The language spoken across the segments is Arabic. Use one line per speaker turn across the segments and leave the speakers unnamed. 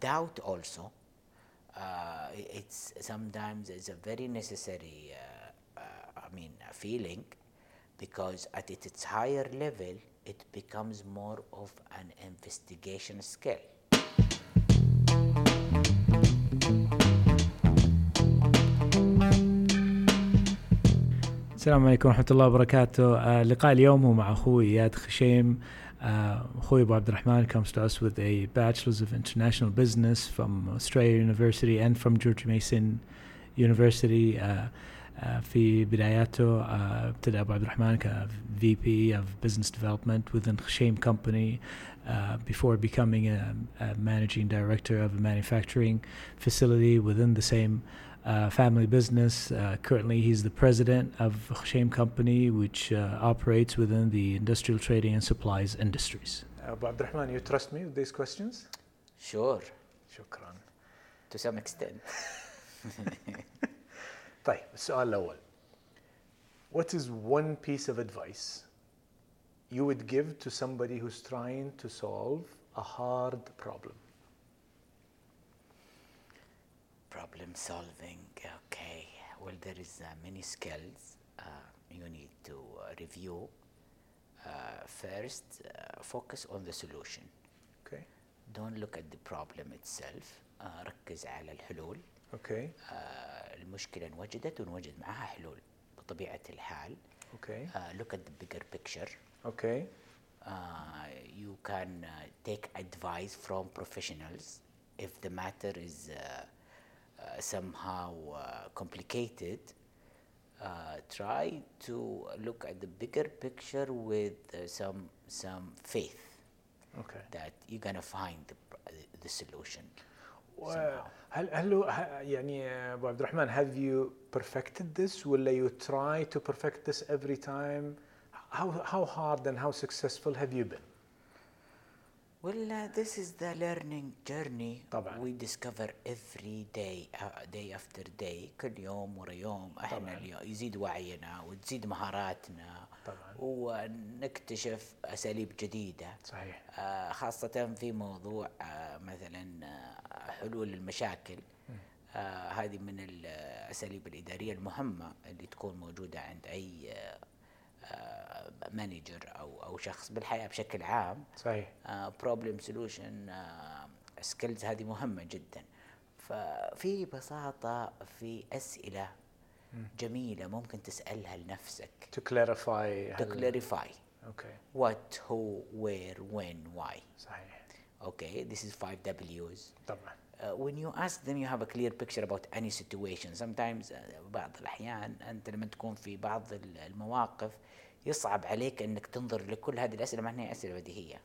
doubt also, uh, it's sometimes it's a very necessary, uh, uh, I mean, a feeling, because at it- its higher level, it becomes more of an investigation skill.
السلام عليكم ورحمة الله وبركاته آه لقاء اليوم هو مع أخوي إياد خشيم آه أخوي أبو عبد الرحمن comes to us with a Bachelor's of International Business from Australia University and from George Mason University آه آه في بداياته آه ابتدى أبو عبد الرحمن ك VP of Business Development within Khashem Company uh, before becoming a, a Managing Director of a manufacturing facility within the same uh, family business. Uh, currently, he's the president of Khashem Company, which uh, operates within the industrial trading and supplies industries.
Abu Abdurrahman, Uh, you trust me with these questions?
Sure,
شكرا.
to some extent.
طيب السؤال الأول. What is one piece of advice you would give to somebody who's trying to solve a hard problem?
Problem solving, okay. Well, there is uh, many skills uh, you need to uh, review. Uh, first, uh, focus on the solution.
Okay.
Don't look at the problem itself. آه، ركز على الحلول
Okay.
آه، المشكلة انوجدت ونوجد معها حلول بطبيعة الحال
Okay.
آه، look at the bigger picture
Okay.
uh, you can uh, take advice from professionals if the matter is uh, uh, somehow uh, complicated. Uh, try to look at the bigger picture with uh, some some faith
Okay.
that you're gonna find the, pr- uh, the solution.
و- هل هل هو- ه- يعني ابو عبد الرحمن have you perfected this ولا you try to perfect this every time how how hard and how successful have you been
Well, uh, this is the learning journey.
طبعاً.
We discover every day, uh, day after day, كل يوم ورا يوم. احنا اليوم يزيد وعينا وتزيد مهاراتنا.
طبعاً.
ونكتشف اساليب جديده.
صحيح
آه، خاصة في موضوع آه، مثلا آه، حلول المشاكل آه، هذه من الأساليب الإدارية المهمة اللي تكون موجودة عند أي آه، آه، مانجر أو أو شخص بالحياة بشكل عام آه،
صحيح
بروبلم سولوشن سكيلز آه، هذه مهمة جدا ففي بساطة في أسئلة جميلة ممكن تسألها لنفسك
to clarify
to clarify
okay
what, who, where, when, why.
صحيح
Okay, this is five W's.
طبعا
Uh, when you ask them, you have a clear picture about any situation. Sometimes uh, بعض الأحيان أنت لما تكون في بعض ال- المواقف يصعب عليك أنك تنظر لكل هذه الأسئلة مع أنها أسئلة بديهية.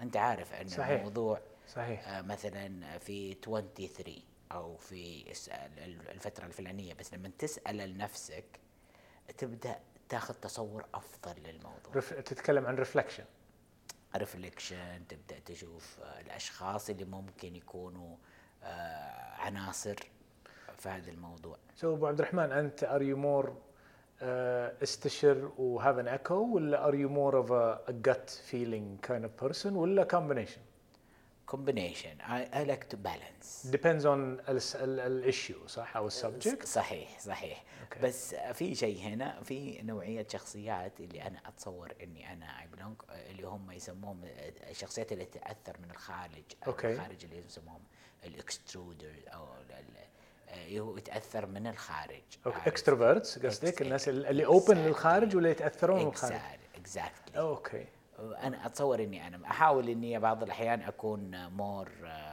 أنت عارف أن
صحيح.
الموضوع
صحيح
آه، مثلا في 23 أو في اس- ال- الفترة الفلانية بس لما تسأل لنفسك تبدأ تاخذ تصور أفضل للموضوع.
رف... تتكلم عن reflection
ريفليكشن تبدا تشوف آه، الاشخاص اللي ممكن يكونوا آه، عناصر في هذا الموضوع
so ابو عبد الرحمن انت are you more uh, استشر و have an echo ولا are you more of a, a gut feeling kind of person ولا combination
كومبينيشن اي لايك تو بالانس
depends on ال, ال, الissue صح او السبجكت
صحيح صحيح
Okay.
بس آه، في شيء هنا في نوعيه شخصيات اللي انا اتصور اني انا اي بلونج اللي هم يسموهم آه، الشخصيات اللي تتاثر من الخارج أو
Okay.
الخارج اللي يسموهم الاكسترودر او ال- ال- آه، هو يتاثر من الخارج
اوكي
عارف؟
اكستروفيرتس قصدك
Ex-
الناس اللي-
ex-
اللي اوبن
exactly.
للخارج ولا يتاثرون من الخارج
Exactly. Oh, exactly.
اوكي
انا اتصور اني انا احاول اني بعض الاحيان اكون مور آه،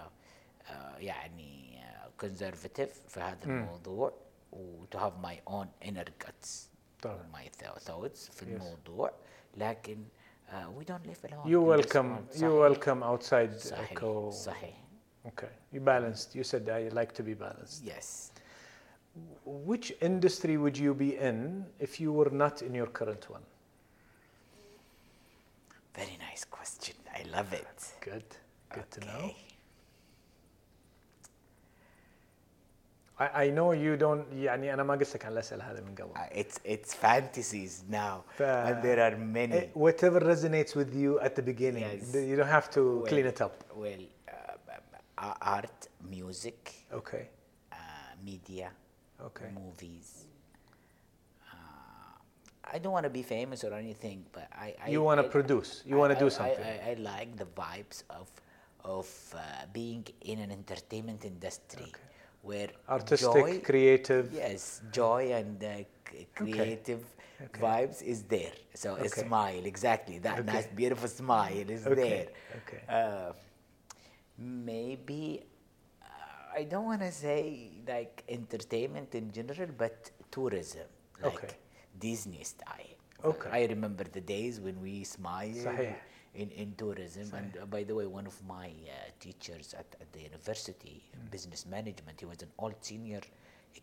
يعني كونزرفتيف في هذا الموضوع وتو هاف ماي اون انر جاتس
طبعاً.
ماي ثوتس في الموضوع لكن آه، وي دونت ليف الون
يو ويلكم يو ويلكم اوتسايد
Oh, صحيح صحيح
اوكي يو بالانسد يو سيد اي لايك تو بي بالانسد
يس
which industry would you be in if you were not in your current one
فيري نايس كويستشن اي لاف ات
good good to know I, I know you don't يعني انا ما قلت لك عن الاسئله هذه من قبل
Uh, It's it's fantasies now,
ف-
and there are many.
Eh, whatever resonates with you at the beginning
Yes.
you don't have to
Well,
clean it up
Well, uh, uh, art, music,
Okay.
uh, media,
Okay.
movies. Uh, I don't want to be famous or anything, but I. I
You wanna
I-
produce. You
I-
wanna
I-
do
I-
something.
I, I like the vibes of of uh, being in an entertainment industry
Okay.
where
Artistic,
joy,
creative.
Yes, joy and uh, c- creative vibes is there. So a
Okay.
smile, exactly. That
Okay.
nice, beautiful smile is
Okay,
there.
okay.
Uh, maybe, uh, I don't want to say like entertainment in general, but tourism, like
Okay.
Disney style.
Okay.
I remember the days when we smiled
صحيح.
in, in tourism. And uh, by the way, one of my uh, teachers at, at the university,
Hmm.
business management, he was an old senior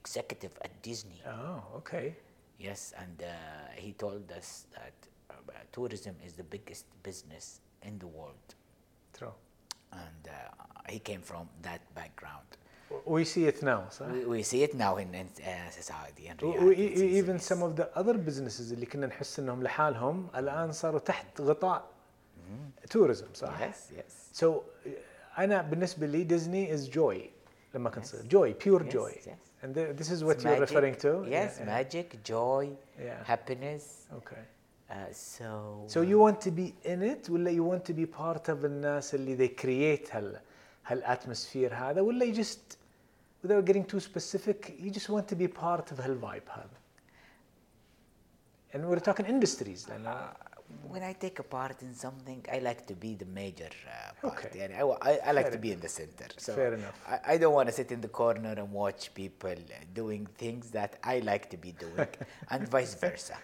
executive at Disney.
Oh, okay.
Yes, and uh, he told us that uh, tourism is the biggest business in the world.
True.
And uh, he came from that background.
W- We see it now, صح؟
We, we see it now in, in uh, society and
و- و-
reality.
e-
It's- it's-
even
it's-
some of the other businesses اللي كنا نحس انهم لحالهم الان صاروا تحت غطاء tourism صح؟
Mm-hmm. Yes, yes.
So انا بالنسبه لي ديزني از جوي لما كنت صغير جوي بيور
Yes,
جوي
yes.
and th- this is
It's
what you're
magic.
referring to
Yes,
Yeah,
magic, joy,
Yeah.
happiness.
yeah. okay
Uh, so,
so you want to be in it ولا you want to be part of الناس اللي they create هال هالاتموسفير هذا ولا you just without getting too specific you just want to be part of هالفايب هذا and we're talking industries uh, لان
when I take a part in something, I like to be the major uh, part.
Okay.
And I, wa- I, I like
Fair
to be in the center. So
Fair enough.
I, I don't want to sit in the corner and watch people uh, doing things that I like to be doing, and vice versa.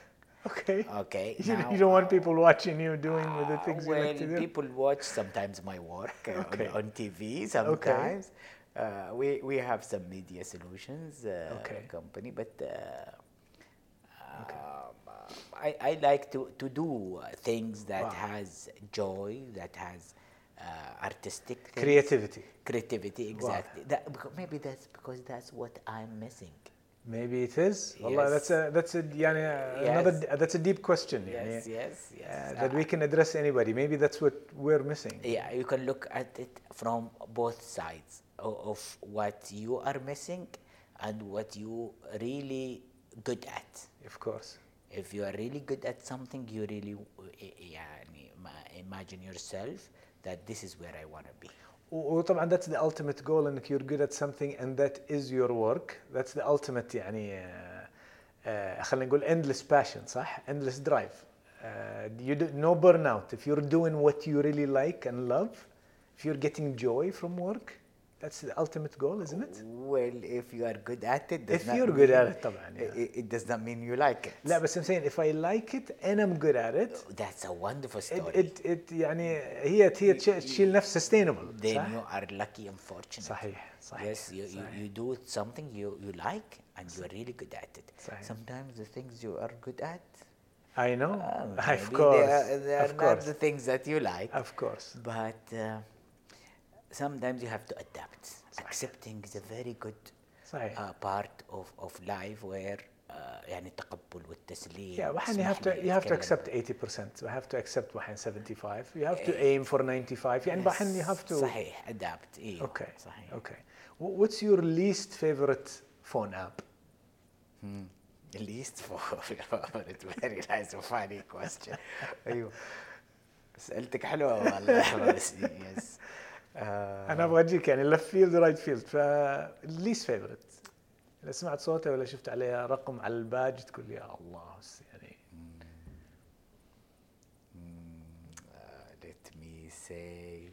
Okay.
Okay,
You,
now,
you don't want people watching you doing the things
well,
you like to do.
people watch sometimes my work uh,
Okay.
on, on TV. Sometimes uh, we we have some media solutions uh,
Okay.
company, but. Uh, um, I, I like to, to do uh, things that has joy, that has uh, artistic things.
Creativity.
creativity, exactly. That, becau- maybe that's because that's what I'm missing.
Maybe it is. Wallah, that's a that's a يعني another that's a deep question يعني
Yes, yes, yes. Ah.
uh, that we can address anybody. Maybe that's what we're missing.
Yeah, you can look at it from both sides o- of what you are missing and what you really good at.
Of course.
If you are really good at something, you really w- i- i- يعني ma- imagine yourself that this is where I want to be.
و- وطبعا that's the ultimate goal انك you're good at something and that is your work. That's the ultimate يعني uh, uh, خلينا نقول endless passion صح؟ Endless drive. Uh, you do, no burnout. If you're doing what you really like and love, if you're getting joy from work, that's the ultimate goal, isn't it?
Well, if you are good at it, does
If
not
you're good
mean-
at it طبعاً,
i-
yeah.
i- it, does not mean you like it.
لا بس I'm saying if I like it and I'm good at it,
That's a wonderful
it,
story.
it, it يعني هي هي تش- تشيل نفس sustainable
then
صح؟
you are lucky and fortunate.
صحيح صحيح
Yes, you, you, you do something you, you like and you're really good at it.
صحيح.
Sometimes the things you are good at,
I know
um,
of
maybe
course
they are, they are
of
not
course
the things that you like.
of course
But uh, sometimes you have to adapt. Accepting is a very good
صحيح.
uh, part of, of life where uh, يعني التقبل والتسليم.
Yeah, وحن you
اسمح
have to
لي
you have to
أتكلم.
accept 80%. You have to accept وحن 75. You have to aim for 95. يعني وحن you have to.
إيه. صحيح adapt. إيه
Okay.
صحيح.
Okay. Wh- What's your least favorite phone app?
At least for it's very nice and funny question. ايوه سالتك حلوه والله Uh, بس يس
أنا أبغى أجيك يعني left field right field ف least favorite. إذا سمعت صوته ولا شفت عليه رقم على الباج تقول يا الله بس يعني
let me say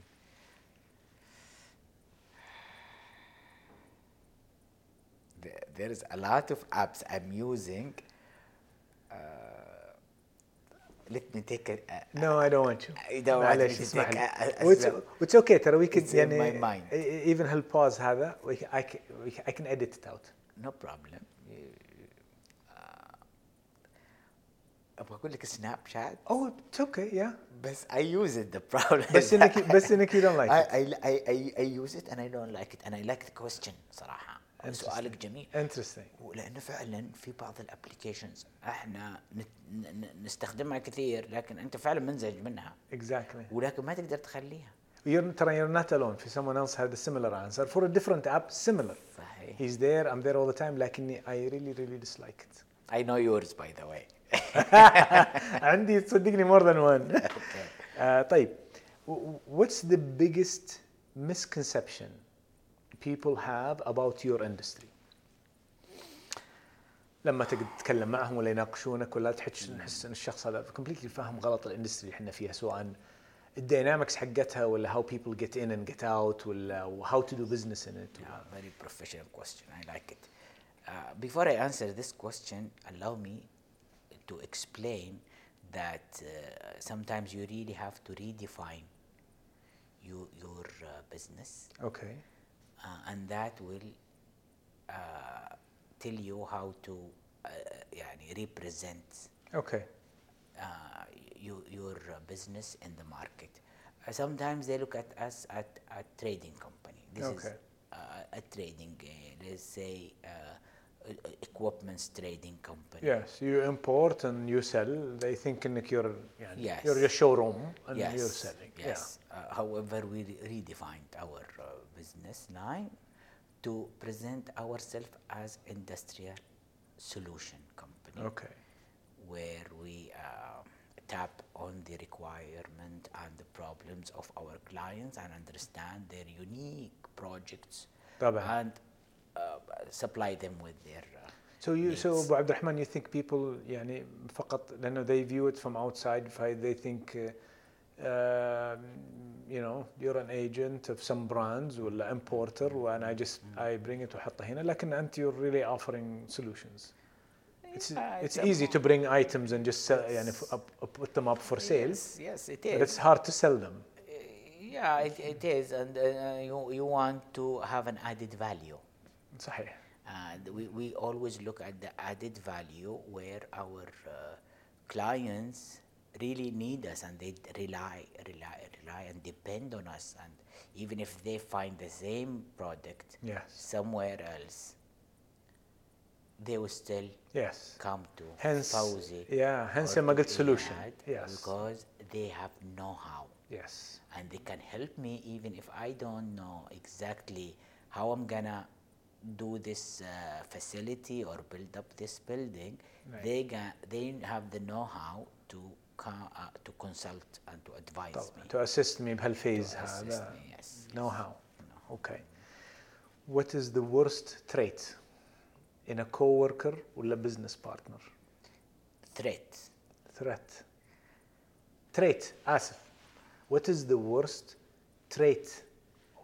There- there is a lot of apps I'm using. Uh, let me take a, a
No, I don't want you.
I don't want
معلش
you to
اسمح
take
لي.
a- a-
It's,
اسمع.
it's okay ترى we can
It's in my
يعني
mind.
e- even هالباز هذا we, I, can, we, can- I can edit it out.
No problem. You- uh, ابغى اقول لك سناب شات
Oh, it's okay, yeah.
بس I use it the problem
بس إنك- بس إنك you don't like
I,
it.
I, I, I, I use it and I don't like it and I like the question صراحة سؤالك جميل
Interesting.
لأنه فعلا في بعض الابلكيشنز احنا نت- ن- ن- نستخدمها كثير لكن أنت فعلا منزعج منها
Exactly.
ولكن ما تقدر تخليها
You're, ترى you're not alone. If someone else had a similar answer for a different app, similar.
صحيح.
He's there, I'm there all the time, لكني I really really dislike it.
I know yours by the way.
عندي تصدقني more than one. آه، طيب W- what's the biggest misconception people have about your industry؟ لما تقعد تتكلم معهم ولا يناقشونك ولا تحس نحس ان الشخص هذا completely فاهم غلط الاندستري اللي احنا فيها سواء الدينامكس حقتها ولا how people get in and get out ولا how to do business in it
Yeah, very professional question. I like it. Uh, before I answer this question, allow me to explain that uh, sometimes you really have to redefine you, your uh, business,
اوكي
uh, and that will uh, tell you how to uh, يعني represent
اوكي
uh, you, your uh, business in the market. Uh, sometimes they look at us at a trading company. This is
Okay.
uh, a trading, uh, let's say, uh, e- e- equipments trading company.
Yes, you import and you sell. They think انك you're يعني
Yes.
you're your showroom and
yes.
you're selling.
Yes. Uh, however, we re- redefined our uh, business line to present ourselves as industrial solution company.
Yeah. Okay.
where we um, tap on the requirement and the problems of our clients and understand their unique projects
طبعاً.
and uh, supply them with their uh,
So you so
needs.
ابو عبد الرحمن you think people يعني فقط لانه they view it from outside ف- they think uh, um, you know you're an agent of some brands ولا importer
Mm-hmm.
and I just I bring it واحطه هنا لكن انت you're really offering solutions. It's,
Yeah,
it's
it's a
easy to bring items and just sell, يعني f- up, up, put them up for sale.
Yes, yes, it
But it's
is. Uh,
hard to sell them.
Yeah, it, it is, and uh, you you want to have an added value.
صحيح.
And we, we always look at the added value where our uh, clients really need us and they rely, rely, rely and depend on us. And even if they find the same product
Yes.
somewhere else, they will still
Yes.
come to
Hence-
Fauzi.
yeah, hence
or
لما
to
قلت solution.
Iyad
Yes.
Because they have know-how
Yes.
and they can help me even if I don't know exactly how I'm gonna do this uh, facility or build up this building.
Right.
They ga- they have the know-how to co- uh, to consult and to advise
طبعا
me.
to assist me بهالفيز
assist
هذا.
me, yes.
Know how. Okay. What is the worst trait in a coworker ولا business partner?
Threat.
Threat. Trait. آسف. What is the worst trait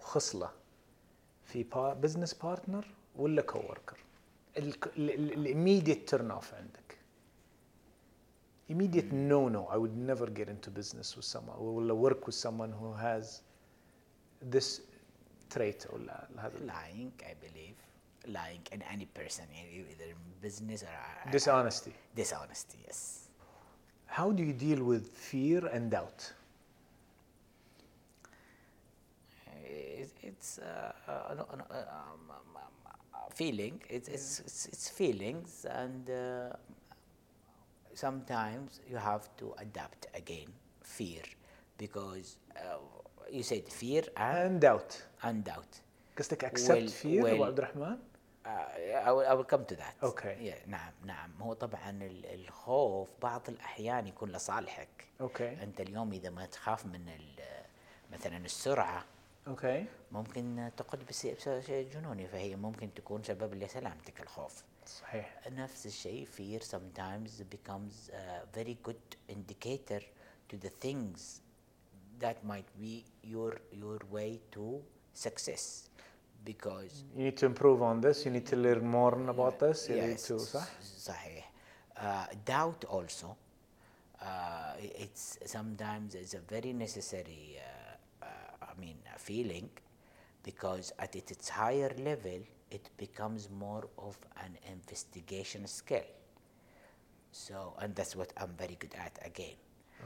خصلة في pa- business partner ولا coworker؟ ال ال- ال- immediate turn off عندك. Immediate
Hmm.
no no. I would never get into business with someone ولا work with someone who has this trait ولا هذا
Lying, I believe. Lying in any person, e- either in business or uh,
dishonesty.
dishonesty. Yes.
How do you deal with fear and doubt?
it's, it's uh, uh, no- no, uh, um, um, um, uh, feeling. It's, it's, it's, it's feelings, and uh, sometimes you have to adapt again. Fear, because uh, you said fear and,
And doubt.
and doubt.
قصدك accept
Well-
fear أبو
well-
عبد الرحمن؟
Uh, I, will, I will come to that.
Okay.
Yeah, نعم نعم هو طبعا ال- الخوف بعض الأحيان يكون لصالحك.
Okay.
أنت اليوم إذا ما تخاف من ال- مثلا السرعة
Okay.
ممكن تقود بس- بشيء جنوني فهي ممكن تكون سبب لسلامتك الخوف
صحيح.
نفس الشيء fear sometimes becomes a very good indicator to the things that might be your your way to success because
You need to improve on this. You need to learn more about this. You need
Yes,
to صح؟
صحيح. Uh, doubt also. Uh, it's sometimes it's a very necessary. Uh, uh, I mean, a feeling, because at it- its higher level, it becomes more of an investigation skill. So, and that's what I'm very good at again.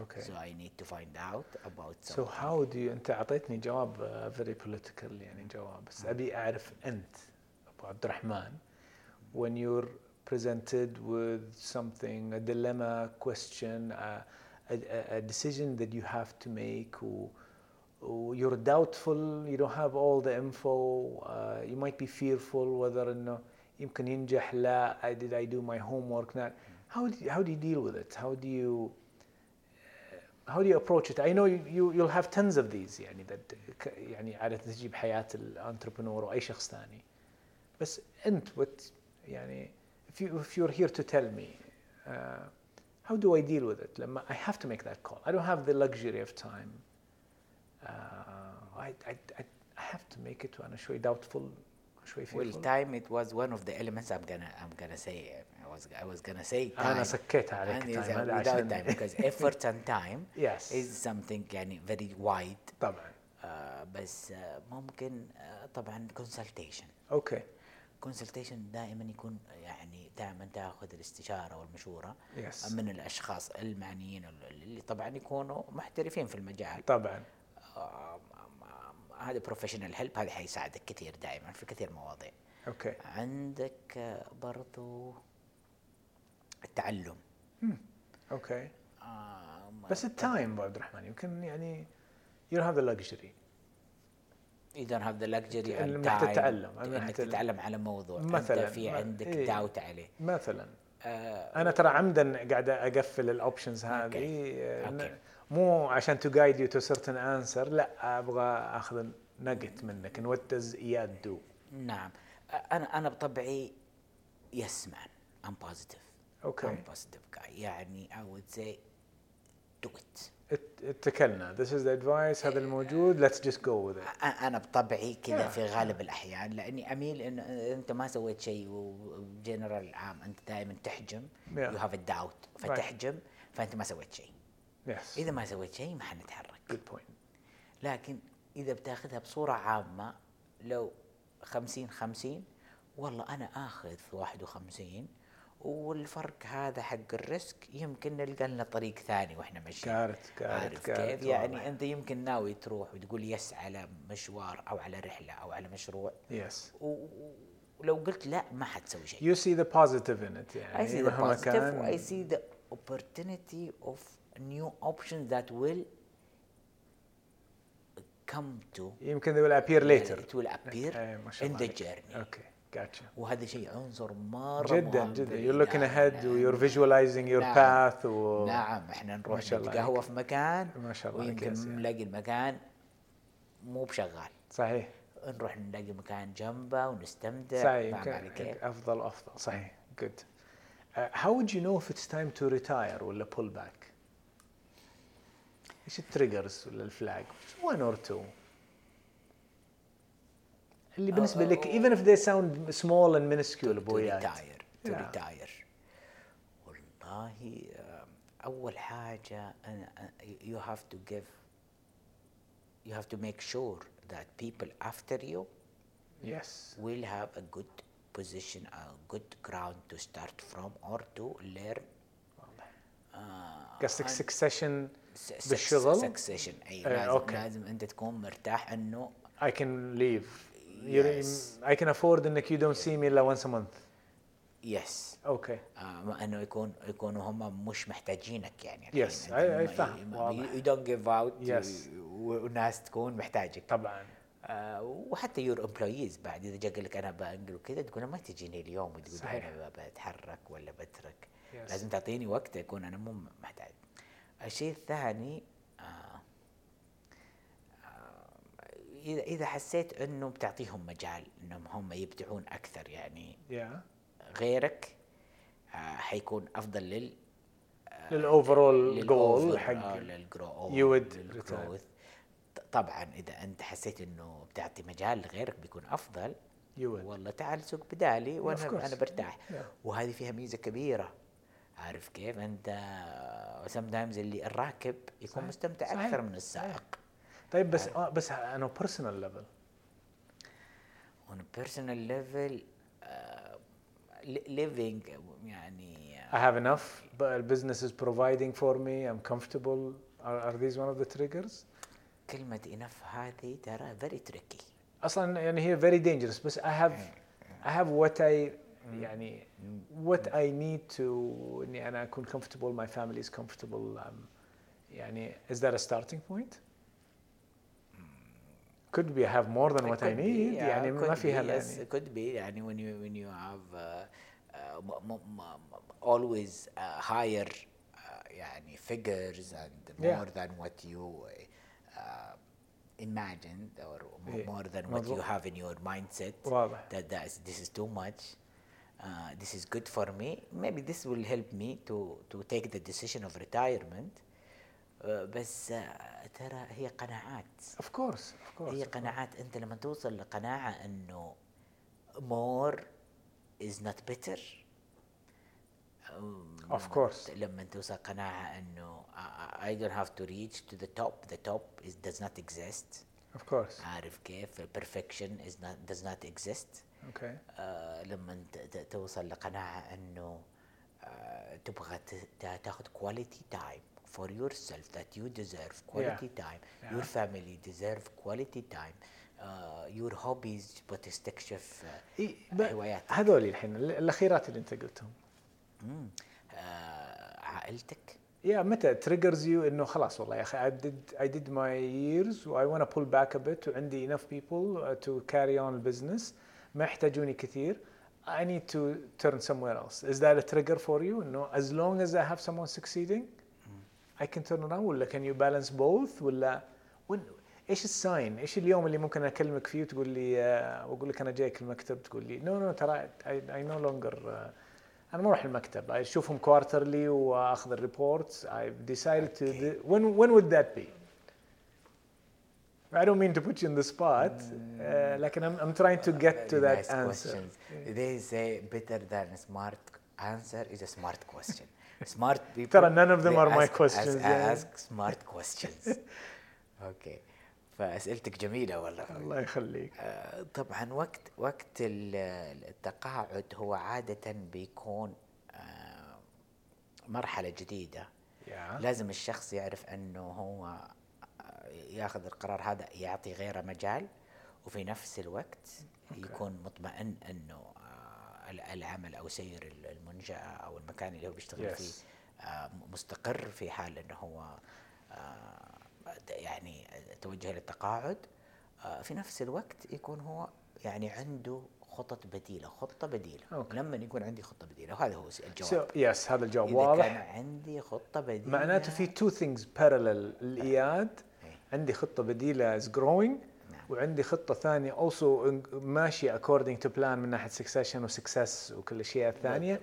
Okay.
So I need to find out about
So
some.
how do you أنت أعطيتني جواب uh, very political يعني جواب بس أبي أعرف أنت أبو عبد الرحمن when you're presented with something a dilemma question a, a, a- a decision that you have to make و, you're doubtful you don't have all the info uh, you might be fearful whether انه يمكن ينجح لا I did I do my homework not how do, how do you deal with it how do you how do you approach it I know you, you you'll have tons of these يعني that يعني عادة تجي بحياة الانتربرنور واي شخص ثاني بس انت what يعني if you if you're here to tell me uh, how do I deal with it لما I have to make that call I don't have the luxury of time uh, I, I, I have to make it وأنا شوي doubtful شوي
Well,
fearful
time it was one of the elements I'm gonna I'm gonna say. I was I was gonna say time.
أنا سكيت عليك
and is,
time eh?
uh, without
هذا
time because
عشان
effort and time
Yes.
is something يعني very wide.
طبعا
آه، بس آه، ممكن آه، طبعا consultation.
أوكي
consultation دائما يكون يعني دائما تاخذ الاستشاره والمشوره
Yes.
من الاشخاص المعنيين اللي طبعا يكونوا محترفين في المجال
طبعا
آم، آم، آم، هذا بروفيشنال هيلب هذا حيساعدك كثير دائما في كثير مواضيع
أوكي
عندك آه، برضو التعلم
أوكي
آم،
بس التايم عبد الرحمن يمكن يعني you don't have the luxury
you don't have the luxury
أنا
and
محتاج
time
أتعلم، أنا
انك
محتاج-
تتعلم على موضوع
مثلاً،
انت في
ما-
عندك
إيه.
داوت عليه
مثلا
آه،
انا ترى عمدا قاعد اقفل الاوبشنز هذه
أوكي.
آه، ن-
أوكي.
مو عشان تو جايد يو تو سيرتن انسر لا ابغى اخذ نجت منك ان وات دز اياد دو
نعم أ- انا انا بطبعي يس مان ام بوزيتيف
Okay.
ام بوزيتيف جاي يعني اي وود سي دو ات
اتكلنا ذس از ذا ادفايس هذا الموجود ليتس جست جو وذ ات
انا بطبعي كذا
Yeah.
في غالب الاحيان لاني اميل ان انت ما سويت شيء وجنرال عام انت دائما تحجم
Yeah.
يو هاف داوت فتحجم فانت ما سويت شيء
يس
اذا ما سويت شيء ما حنتحرك
جود بوينت
لكن اذا بتاخذها بصوره عامه لو خمسين خمسين والله انا اخذ واحد وخمسين والفرق هذا حق الريسك يمكن نلقى لنا طريق ثاني واحنا ماشيين
كارت كارت
عارف
كارت
كيف يعني انت يمكن ناوي تروح وتقول يس على مشوار او على رحله او على مشروع
يس
و- و- ولو قلت لا ما حتسوي شيء
يو سي ذا بوزيتيف ان ات
I see
يعني
the
مهما
positive. I
كان
see the opportunity of new options that will come to يعني
يمكن they will appear later
it will appear
إيه، ما شاء
in
الله
the
عليك.
journey
اوكي جاتشا
وهذا شيء عنصر مره
جدا
مهم
جدا
في-
you're looking
نعم،
ahead
نعم.
you're visualizing your
نعم.
path و
نعم احنا
ما
نروح
شاء الله
نتقهوى في مكان
ما شاء الله عليك يا
ويمكن
زياد.
نلاقي المكان مو بشغال
صحيح
نروح نلاقي مكان جنبه ونستمتع نعم،
صحيح
فاهم علي
يمكن
كيف؟
افضل افضل صحيح good Uh, how would you know if it's time to retire ولا pull back ايش التريجرز ولا الفلاج one or two اللي بالنسبه لك even if they sound small and minuscule
تو
بوياك
ريتاير تو
Yeah.
ريتاير والله آه، آم، اول حاجه انا يو هاف تو جيف يو هاف تو ميك شور ذات بيبل افتر يو
yes
will have a good position, a good ground to start from or to learn. Uh,
قصدك succession
su-
بالشغل؟
succession اي
آه،
لازم
أوكي.
لازم انت تكون مرتاح انه
I can leave yes.
Yes.
I can afford انك you don't see me الا once a month
يس
اوكي
آه انه يكون يكونوا هم مش محتاجينك يعني
Yes، I- I فاهم، واضح.
يو دونت جيف اوت
Yes.
وناس تكون محتاجك
طبعا
آه، وحتى يور امبلويز بعد اذا جا قال لك انا بانقل وكذا تقول له ما تجيني اليوم وتقول
صحيح.
صحيح. انا ب- بتحرك ولا بترك
Yes.
لازم تعطيني وقت اكون انا مو محتاج الشيء الثاني آه، آه، اذا اذا حسيت انه بتعطيهم مجال انهم هم يبدعون اكثر يعني
yeah
غيرك آه، حيكون افضل لل
للاوفرول جول
للأوفر-
حق
آه، للgrow-
you would
للgrowth. ط- طبعا اذا انت حسيت انه بتعطي مجال لغيرك بيكون افضل
You would.
والله تعال سوق بدالي
Of course.
وانا انا برتاح
Yeah.
وهذه فيها ميزه كبيره عارف كيف انت سم تايمز اللي الراكب يكون مستمتع
صحيح.
اكثر من السائق
طيب بس آه بس انا بيرسونال ليفل
on a personal level آه، living يعني
I have enough but business is providing for me I'm comfortable are, are these one of the triggers
كلمه انف هذه ترى فيري تريكي
اصلا يعني هي very dangerous بس I have
إيه،
I have what I يعني what I need to اني انا اكون comfortable my family is comfortable um, يعني is that a starting point؟ could be I have more than
It
what I
could be,
need
yeah,
يعني ما
could
في
be,
هلا
yes,
يعني
it could be يعني when you when you have uh, uh, m- m- m- m- always uh, higher uh, يعني figures and
Yeah.
more than what you uh, imagined or m-
Yeah.
more than what you
مظبوط.
have in your mindset
واضح.
that that is, this is too much uh, this is good for me maybe this will help me to to take the decision of retirement uh, بس uh, ترى هي قناعات
of course of course
هي قناعات انت لما توصل لقناعه انه more is not better أم،
Of course.
لما توصل قناعه انه I- I don't have to reach to the top the top is does not exist
of course
عارف كيف perfection is not does not exist
okay
آه، لما ت- ت- توصل لقناعه انه آه، تبغى تاخذ quality time for yourself that you deserve quality time
Yeah.
your family deserve quality time آه، your hobbies بتستكشف آه،
إي، ب-
هوايات.
هذول الحين ال- الاخيرات اللي انت قلتهم
مم، آه، uh, mm, عائلتك
Yeah, متى triggers you انه خلاص والله يا اخي I did I did my years و I want to pull back a bit وعندي enough people uh, to carry on the business ما يحتاجوني كثير I need to turn somewhere else. Is that a trigger for you? انه as long as I have someone succeeding I can turn around ولا can you balance both ولا when, ايش الساين؟ ايش اليوم اللي ممكن اكلمك فيه وتقول لي آه، واقول لك انا جايك المكتب تقول لي نو نو ترى اي نو لونجر انا آه، ما اروح المكتب اشوفهم كوارترلي واخذ الريبورتس I decided to do, when when would that be? I don't mean to put you in the spot uh, لكن I'm, I'm trying to get to
Mm. Uh, Very
that
nice
answer.
questions. They say better than smart answer is a smart question. smart people.
Tara, none of them
they
are my
ask- ask-
questions, yeah.
ask smart questions. okay. فاسئلتك جميله والله
الله يخليك.
آه، طبعا وقت وقت ال- التقاعد هو عاده بيكون آه، مرحله جديده
Yeah.
لازم الشخص يعرف انه هو آه، ياخذ القرار هذا يعطي غيره مجال وفي نفس الوقت يكون مطمئن انه آه، ال- العمل او سير ال- المنشاه او المكان اللي هو بيشتغل
Yes.
فيه آه، م- مستقر في حال انه هو آه، يعني توجه للتقاعد آه، في نفس الوقت يكون هو يعني عنده خطط بديله خطه بديله
أوكي.
لما يكون عندي خطه بديله وهذا هو الجواب
So, yes هذا الجواب
اذا
واضح.
كان عندي خطه بديله
معناته في تو ثينجز بارلل الاياد
إيه.
عندي خطه بديله از جروينج
نعم.
وعندي خطه ثانيه اوسو ماشيه اكوردنج تو بلان من ناحيه سكسيشن وسكسس وكل الاشياء
نعم.
الثانيه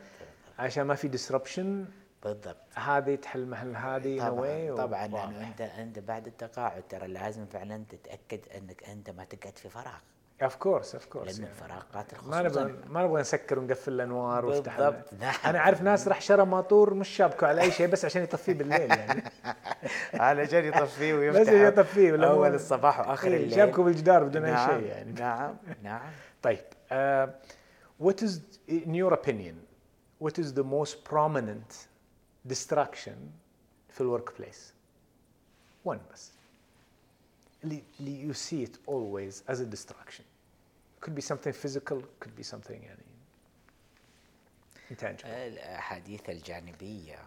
عشان ما في ديسربشن
بالضبط
هذه تحل محل هذه in a way
طبعا
و-
طبعا
واضح.
لانه انت انت بعد التقاعد ترى لازم فعلا تتاكد انك انت ما تقعد في فراغ
اوف كورس اوف كورس
لان الفراغ قاتل
يعني. ما نبغى
خصوصا
ما نبغى نسكر ونقفل الانوار ونفتح ال-
بالضبط نعم
انا اعرف ناس راح شرى ماطور مش شابكوا على اي شيء بس عشان يطفيه بالليل يعني
علشان يطفيه
بس
ويفتح
يطفيه ولا
اول
هو-
الصباح واخر
إيه،
الليل
شابكوا بالجدار بدون اي
نعم،
شيء يعني
نعم نعم
طيب uh, what is in your opinion what is the most prominent distraction في الورك بليس one بس اللي اللي you see it always as a distraction could be something physical could be something يعني intangible
الاحاديث الجانبيه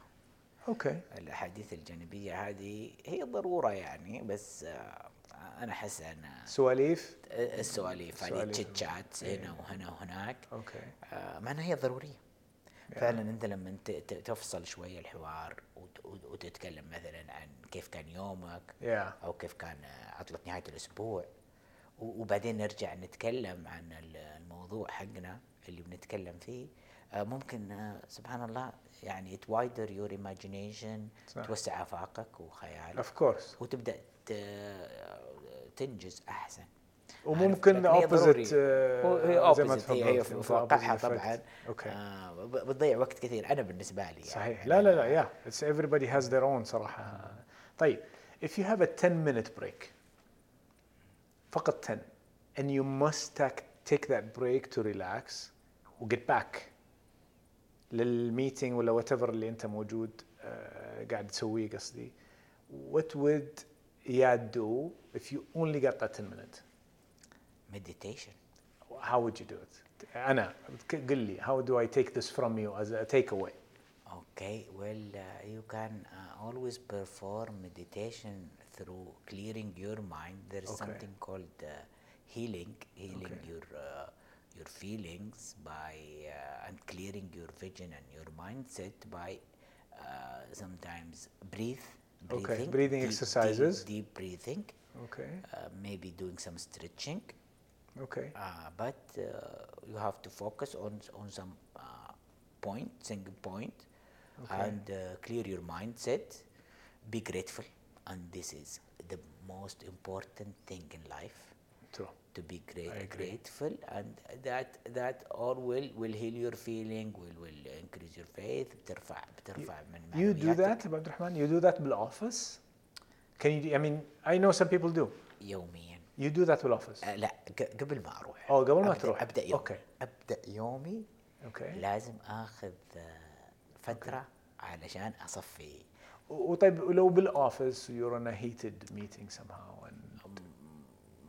okay
الاحاديث الجانبيه هذه هي ضروره يعني بس آه، انا احس ان
سواليف
السواليف هذه
السواليف.
تشيت شات هنا وهنا وهناك
okay
آه، مع انها هي ضروريه
يعني.
فعلا انت لما ت- ت- تفصل شويه الحوار وت- وت- وتتكلم مثلا عن كيف كان يومك
yeah
او كيف كان آه، عطله نهايه الاسبوع و- وبعدين نرجع نتكلم عن ال- الموضوع حقنا اللي بنتكلم فيه آه، ممكن آه، سبحان الله يعني توايدر يور ايماجينيشن
صح.
توسع افاقك وخيالك
of course
وتبدا ت- تنجز احسن
وممكن
عرفت؟ لكن هي
opposite uh,
هو-
زي ما
هي opposite، هي
تفضلت،
متوقعها
opposite
طبعا
effect. okay
آه، ب- بتضيع وقت كثير انا بالنسبه لي يعني
صحيح
يعني
لا لا لا يا اتس everybody has their own صراحه طيب if you have a 10 minute break فقط 10 and you must take, take that break to relax و get back للميتنج ولا وات ايفر اللي انت موجود آه، قاعد تسويه قصدي what would you do if you only got that 10 minute
مديتيشن
how would you do it انا قل لي how do I take this from you as a takeaway
uh, اوكي ويل يو كان اولويز بيرفورم مديتيشن through clearing your mind. There is
Okay.
something called uh, healing, healing
Okay.
your uh, your feelings by uh, and clearing your vision and your mindset by uh, sometimes breathe,
Okay,
breathing,
breathing
deep-
exercises.
deep, deep breathing,
Okay.
uh, maybe doing some stretching.
Okay.
Uh, but uh, you have to focus on on some uh, point, single point,
Okay.
and uh, clear your mindset. Be grateful, and this is the most important thing in life.
True.
To be gra-
I agree.
grateful, and that that all will will heal your feeling, will will increase your faith. بترفع بترفع من
You do
معنوياتك.
that, Abd Rahman? You do that بالoffice? Can you? do- I mean, I know some people do.
يوميا.
You do that بالoffice.
آه، لا ق- قبل ما اروح
أو قبل ما
أبدأ-
تروح.
ابدا يومي
أوكي.
ابدا يومي
Okay.
لازم اخذ آه، فتره علشان اصفي
وطيب طيب، لو بالoffice you're on a heated meeting somehow and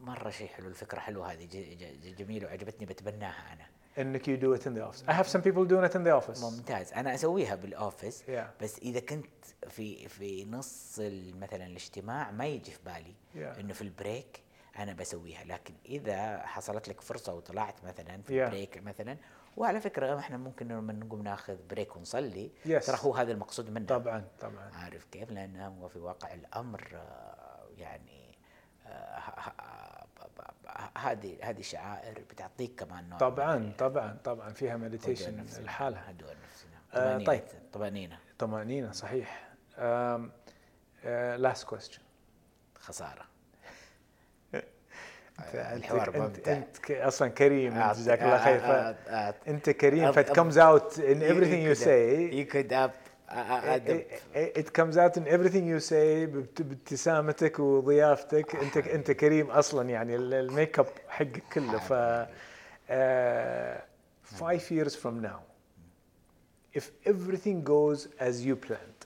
مره شيء حلو الفكره حلوه هذه ج- ج- جميله وعجبتني بتبناها انا
انك you do it in the office. I have some people doing it in the office.
ممتاز انا اسويها بالاوفيس
Yeah.
بس اذا كنت في في نص ال- مثلا الاجتماع ما يجي في بالي
Yeah.
انه في البريك انا بسويها لكن اذا حصلت لك فرصه وطلعت مثلا في
Yeah.
البريك مثلا وعلى فكره احنا ممكن لما نقوم ناخذ بريك ونصلي
Yes.
ترى هو هذا المقصود منه
طبعا طبعا.
عارف كيف؟ لأن هو في واقع الأمر آه، يعني آه، ه- ه- ه- هذه هذه شعائر بتعطيك كمان نوع
طبعا طبعا طبعا فيها
هدوء
مديتيشن
نفسي.
لحالها
هدوء نفسنا
آه،
طمأنينة
طيب.
طمأنينة
طمأنينة صحيح. Um, uh, last question.
خسارة
انت
الحوار
أنت- انت,
ممتع.
انت ك- اصلا كريم أنت جزاك الله خير ف...
خير
انت كريم
أب-
فات
أب-
comes out in everything you say إيه-
You could up
it- it- it comes out in everything you say بابت- بابتسامتك وضيافتك انت انت كريم اصلا يعني ال- الميك اب حقك كله ف آه، five years from now if everything goes as you planned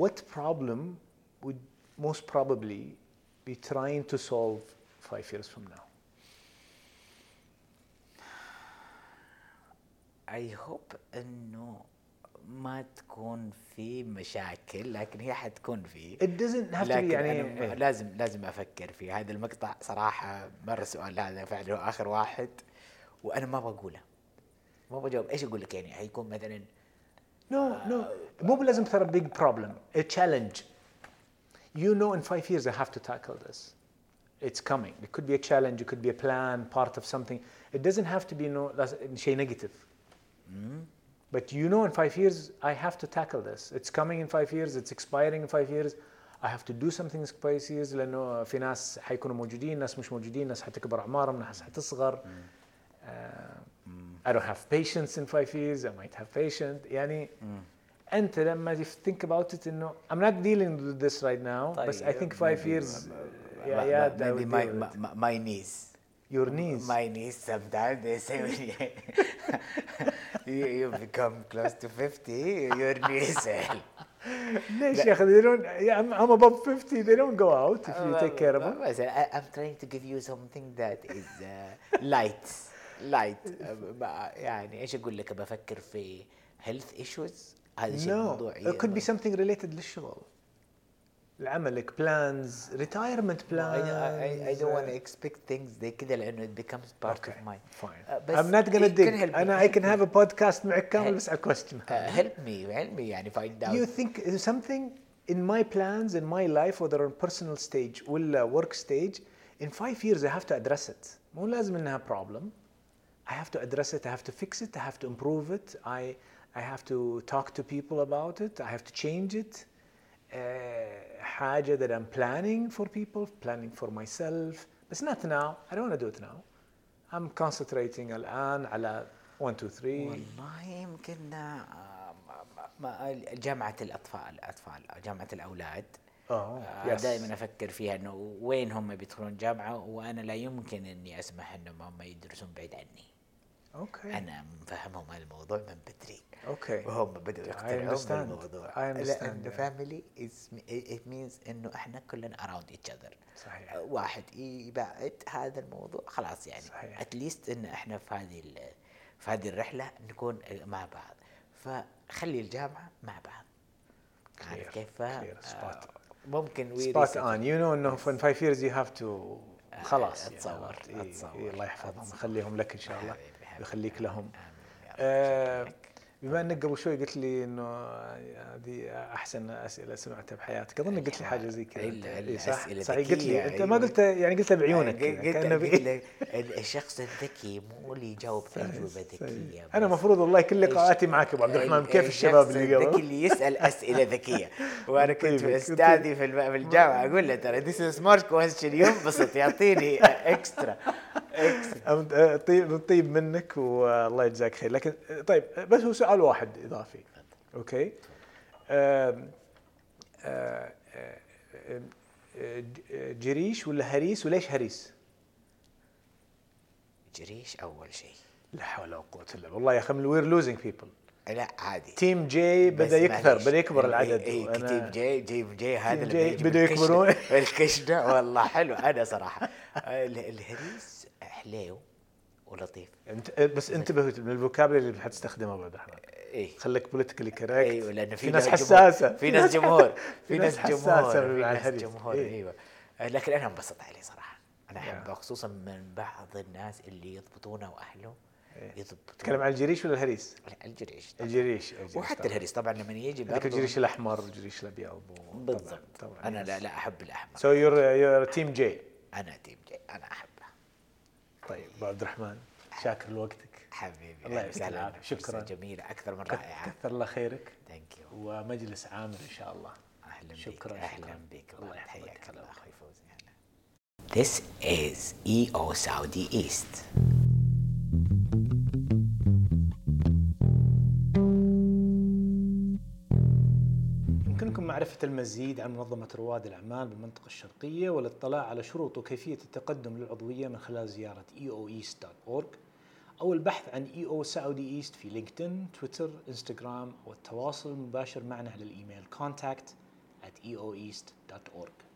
what problem would most probably be trying to solve five years from now?
اي هوب انه ما تكون في مشاكل لكن هي حتكون في
It doesn't have to
لكن
be يعني
أنا م- لازم لازم افكر في هذا المقطع صراحه مره سؤال هذا فعلا هو اخر واحد وانا ما بقوله ما بجاوب ايش اقول لك يعني حيكون مثلا
No, no. مو بلازم ترى big problem, a challenge. You know in five years I have to tackle this. It's coming. It could be a challenge, it could be a plan, part of something. It doesn't have to be no that's شيء negative. But you know in five years I have to tackle this. It's coming in five years, it's expiring in five years. I have to do something in five years لأنه في ناس حيكونوا موجودين، ناس مش موجودين، ناس حتكبر أعمارهم، ناس حتصغر. Uh, I don't have patience in five years. I might have patience. يعني أنت لما you think about it إنه I'm not dealing with this right now.
طيب،
But I think five years. Yeah, yeah. that I
maybe
would
my,
deal
my,
with
my- my niece
it. Your knees.
my niece sometimes they say when you, you, you become close to 50 your niece eh?
ليش يا أخي they don't yeah, I'm, I'm above 50 they don't go out if you take care of them.
I said, I, I'm trying to give you something that is uh, light light أم- ما- يعني ايش اقول لك بفكر في health issues هذا شيء يعني.
No.
موضوع
It could be something related للشغل. لعملك plans retirement
I, I, I
plans. uh,
don't want to expect things زي كده لانه it becomes part
Okay,
of my
fine.
Uh, بس
I'm not gonna
it can
dig.
help me.
أنا I can have a podcast معك كامل
Help-
بس على question.
Uh, help me help me يعني find out
You think there's something in my plans, in my life, whether on personal stage ولا work stage, in five years I have to address it. مو لازم انها problem. I have to address it, I have to fix it, I have to improve it, I, I have to talk to people about it, I have to change it. Uh, حاجة that I'm planning for people, planning for myself. But not now. I don't want to do it now. I'm concentrating الآن على 1, 2, 3.
والله يمكن آه، ما- ما- ما- جامعة الأطفال أطفال آه، جامعة الأولاد
Oh,
آه،
yes.
دائما افكر فيها انه وين هم بيدخلون جامعه وانا لا يمكن اني اسمح انهم هم يدرسون بعيد عني
Okay.
انا مفهمهم هذا الموضوع من بدري
Okay.
وهم بدأوا يقتنعون
إيه. understand. I
بالموضوع
understand,
لأن
yeah.
فاميلي it means انه احنا كلنا اراوند ايتش اذر
صحيح.
واحد يبعد هذا الموضوع خلاص يعني
صحيح.
اتليست ان احنا في هذه ال- في هذه الرحله نكون مع بعض فخلي الجامعه مع بعض عارف
Clear,
كيف؟
clear,
آه،
spot.
ممكن we
سبات
reset.
ان يو نو انه في 5 years يو هاف تو خلاص يعني
أتصور،
عرفت؟ إيه، إيه،
أتصور،
الله يحفظهم يخليهم لك ان شاء الله
حبيبي، حبيبي.
ويخليك لهم
آه، آمين يا رب.
آه، بما انك قبل شوي قلت لي انه هذه احسن اسئله سمعتها بحياتك اظن قلت لي حاجه زي كذا
ال-
أنت. إيه،
الأسئلة
صحيح قلت
ذكية،
لي انت ما
أيوة.
قلت يعني قلتها بعيونك
آه، قلت-
كذا،
قلت
كأنه بإيه.
قلت لك ال- الشخص الذكي مو اللي يجاوب تجربه ذكيه
انا
بس.
المفروض والله كل لقاءاتي معك ابو عبد
إيه،
الرحمن كيف الشباب اللي
الشخص الذكي
قبل طيب،
اللي يسال اسئله ذكيه وانا كنت
طيبك،
في استاذي في الم- في الجامعه اقول له ترى ذيس از سمارت كويستشن ينبسط يعطيني اكسترا اكسترا
أم- آه، طيب طيب منك والله يجزاك خير لكن آه، طيب آه، بس هو سؤال واحد اضافي اوكي آم، آه، آه، آه، آه، جريش ولا هريس وليش هريس؟
جريش اول شيء
لا حول ولا قوه الا بالله والله يا اخي وير لوزينج بيبل
لا عادي
تيم جي
بس
بدا يكثر
معليش. إيه،
بدا يكبر
إي-
العدد
اي
وأنا-
تيم جاي تيم جاي هذا
تيم
اللي
جاي
بيجي
بدوا
بالكشنة-
يكبرون.
بالكشنه والله حلو انا صراحه ال- الهريس حليو ولطيف
انت آه،
إيه.
بس انتبه من الفوكابلري اللي حتستخدمه بعد الرحمن
ايه
خليك بوليتيكلي كوريكت
ايوه لانه في,
في ناس
جمهور-
حساسه
في ناس جمهور في ناس جمهور
حساسه
في
من
ناس
الهريس
جمهور
إيه.
ايوه آه، لكن انا انبسطت عليه صراحه انا
نعم.
احبه خصوصا من بعض الناس اللي يضبطونه واهله
تتكلم
يضبطون
إيه. عن الجريش ولا الهريس؟
الجريش
الجريش الجريش
وحتى
طبعاً.
الهريس طبعا لما يجي
عندك
برضه-
الجريش الاحمر والجريش الابيض و-
بالضبط
طبعاً- طبعا
انا لا لا احب الاحمر
سو يور يور تيم جي
انا تيم جاي انا احبه
طيب ابو عبد الرحمن شاكر لوقتك
حبيبي
الله
أهلاً
يعطيك
وسهلاً.
العافية.
فرصة
شكراً.
جميله اكثر من رائعه
كثر الله خيرك
ثانك يو
ومجلس عامر ان شاء الله
اهلا
شكراً،
بك اهلا
شكراً.
بك
الله
الله
يحفظك.
يحييك الله اخوي فوزي هلا This is EO Saudi East.
يمكنكم معرفة المزيد عن منظمة رواد الأعمال بالمنطقة الشرقية والاطلاع على شروط وكيفية التقدم للعضوية من خلال زيارة E eoeast.org أو البحث عن EO Saudi East في لينكدين، تويتر، E انستغرام والتواصل المباشر معنا على الإيميل contact at eoeast.org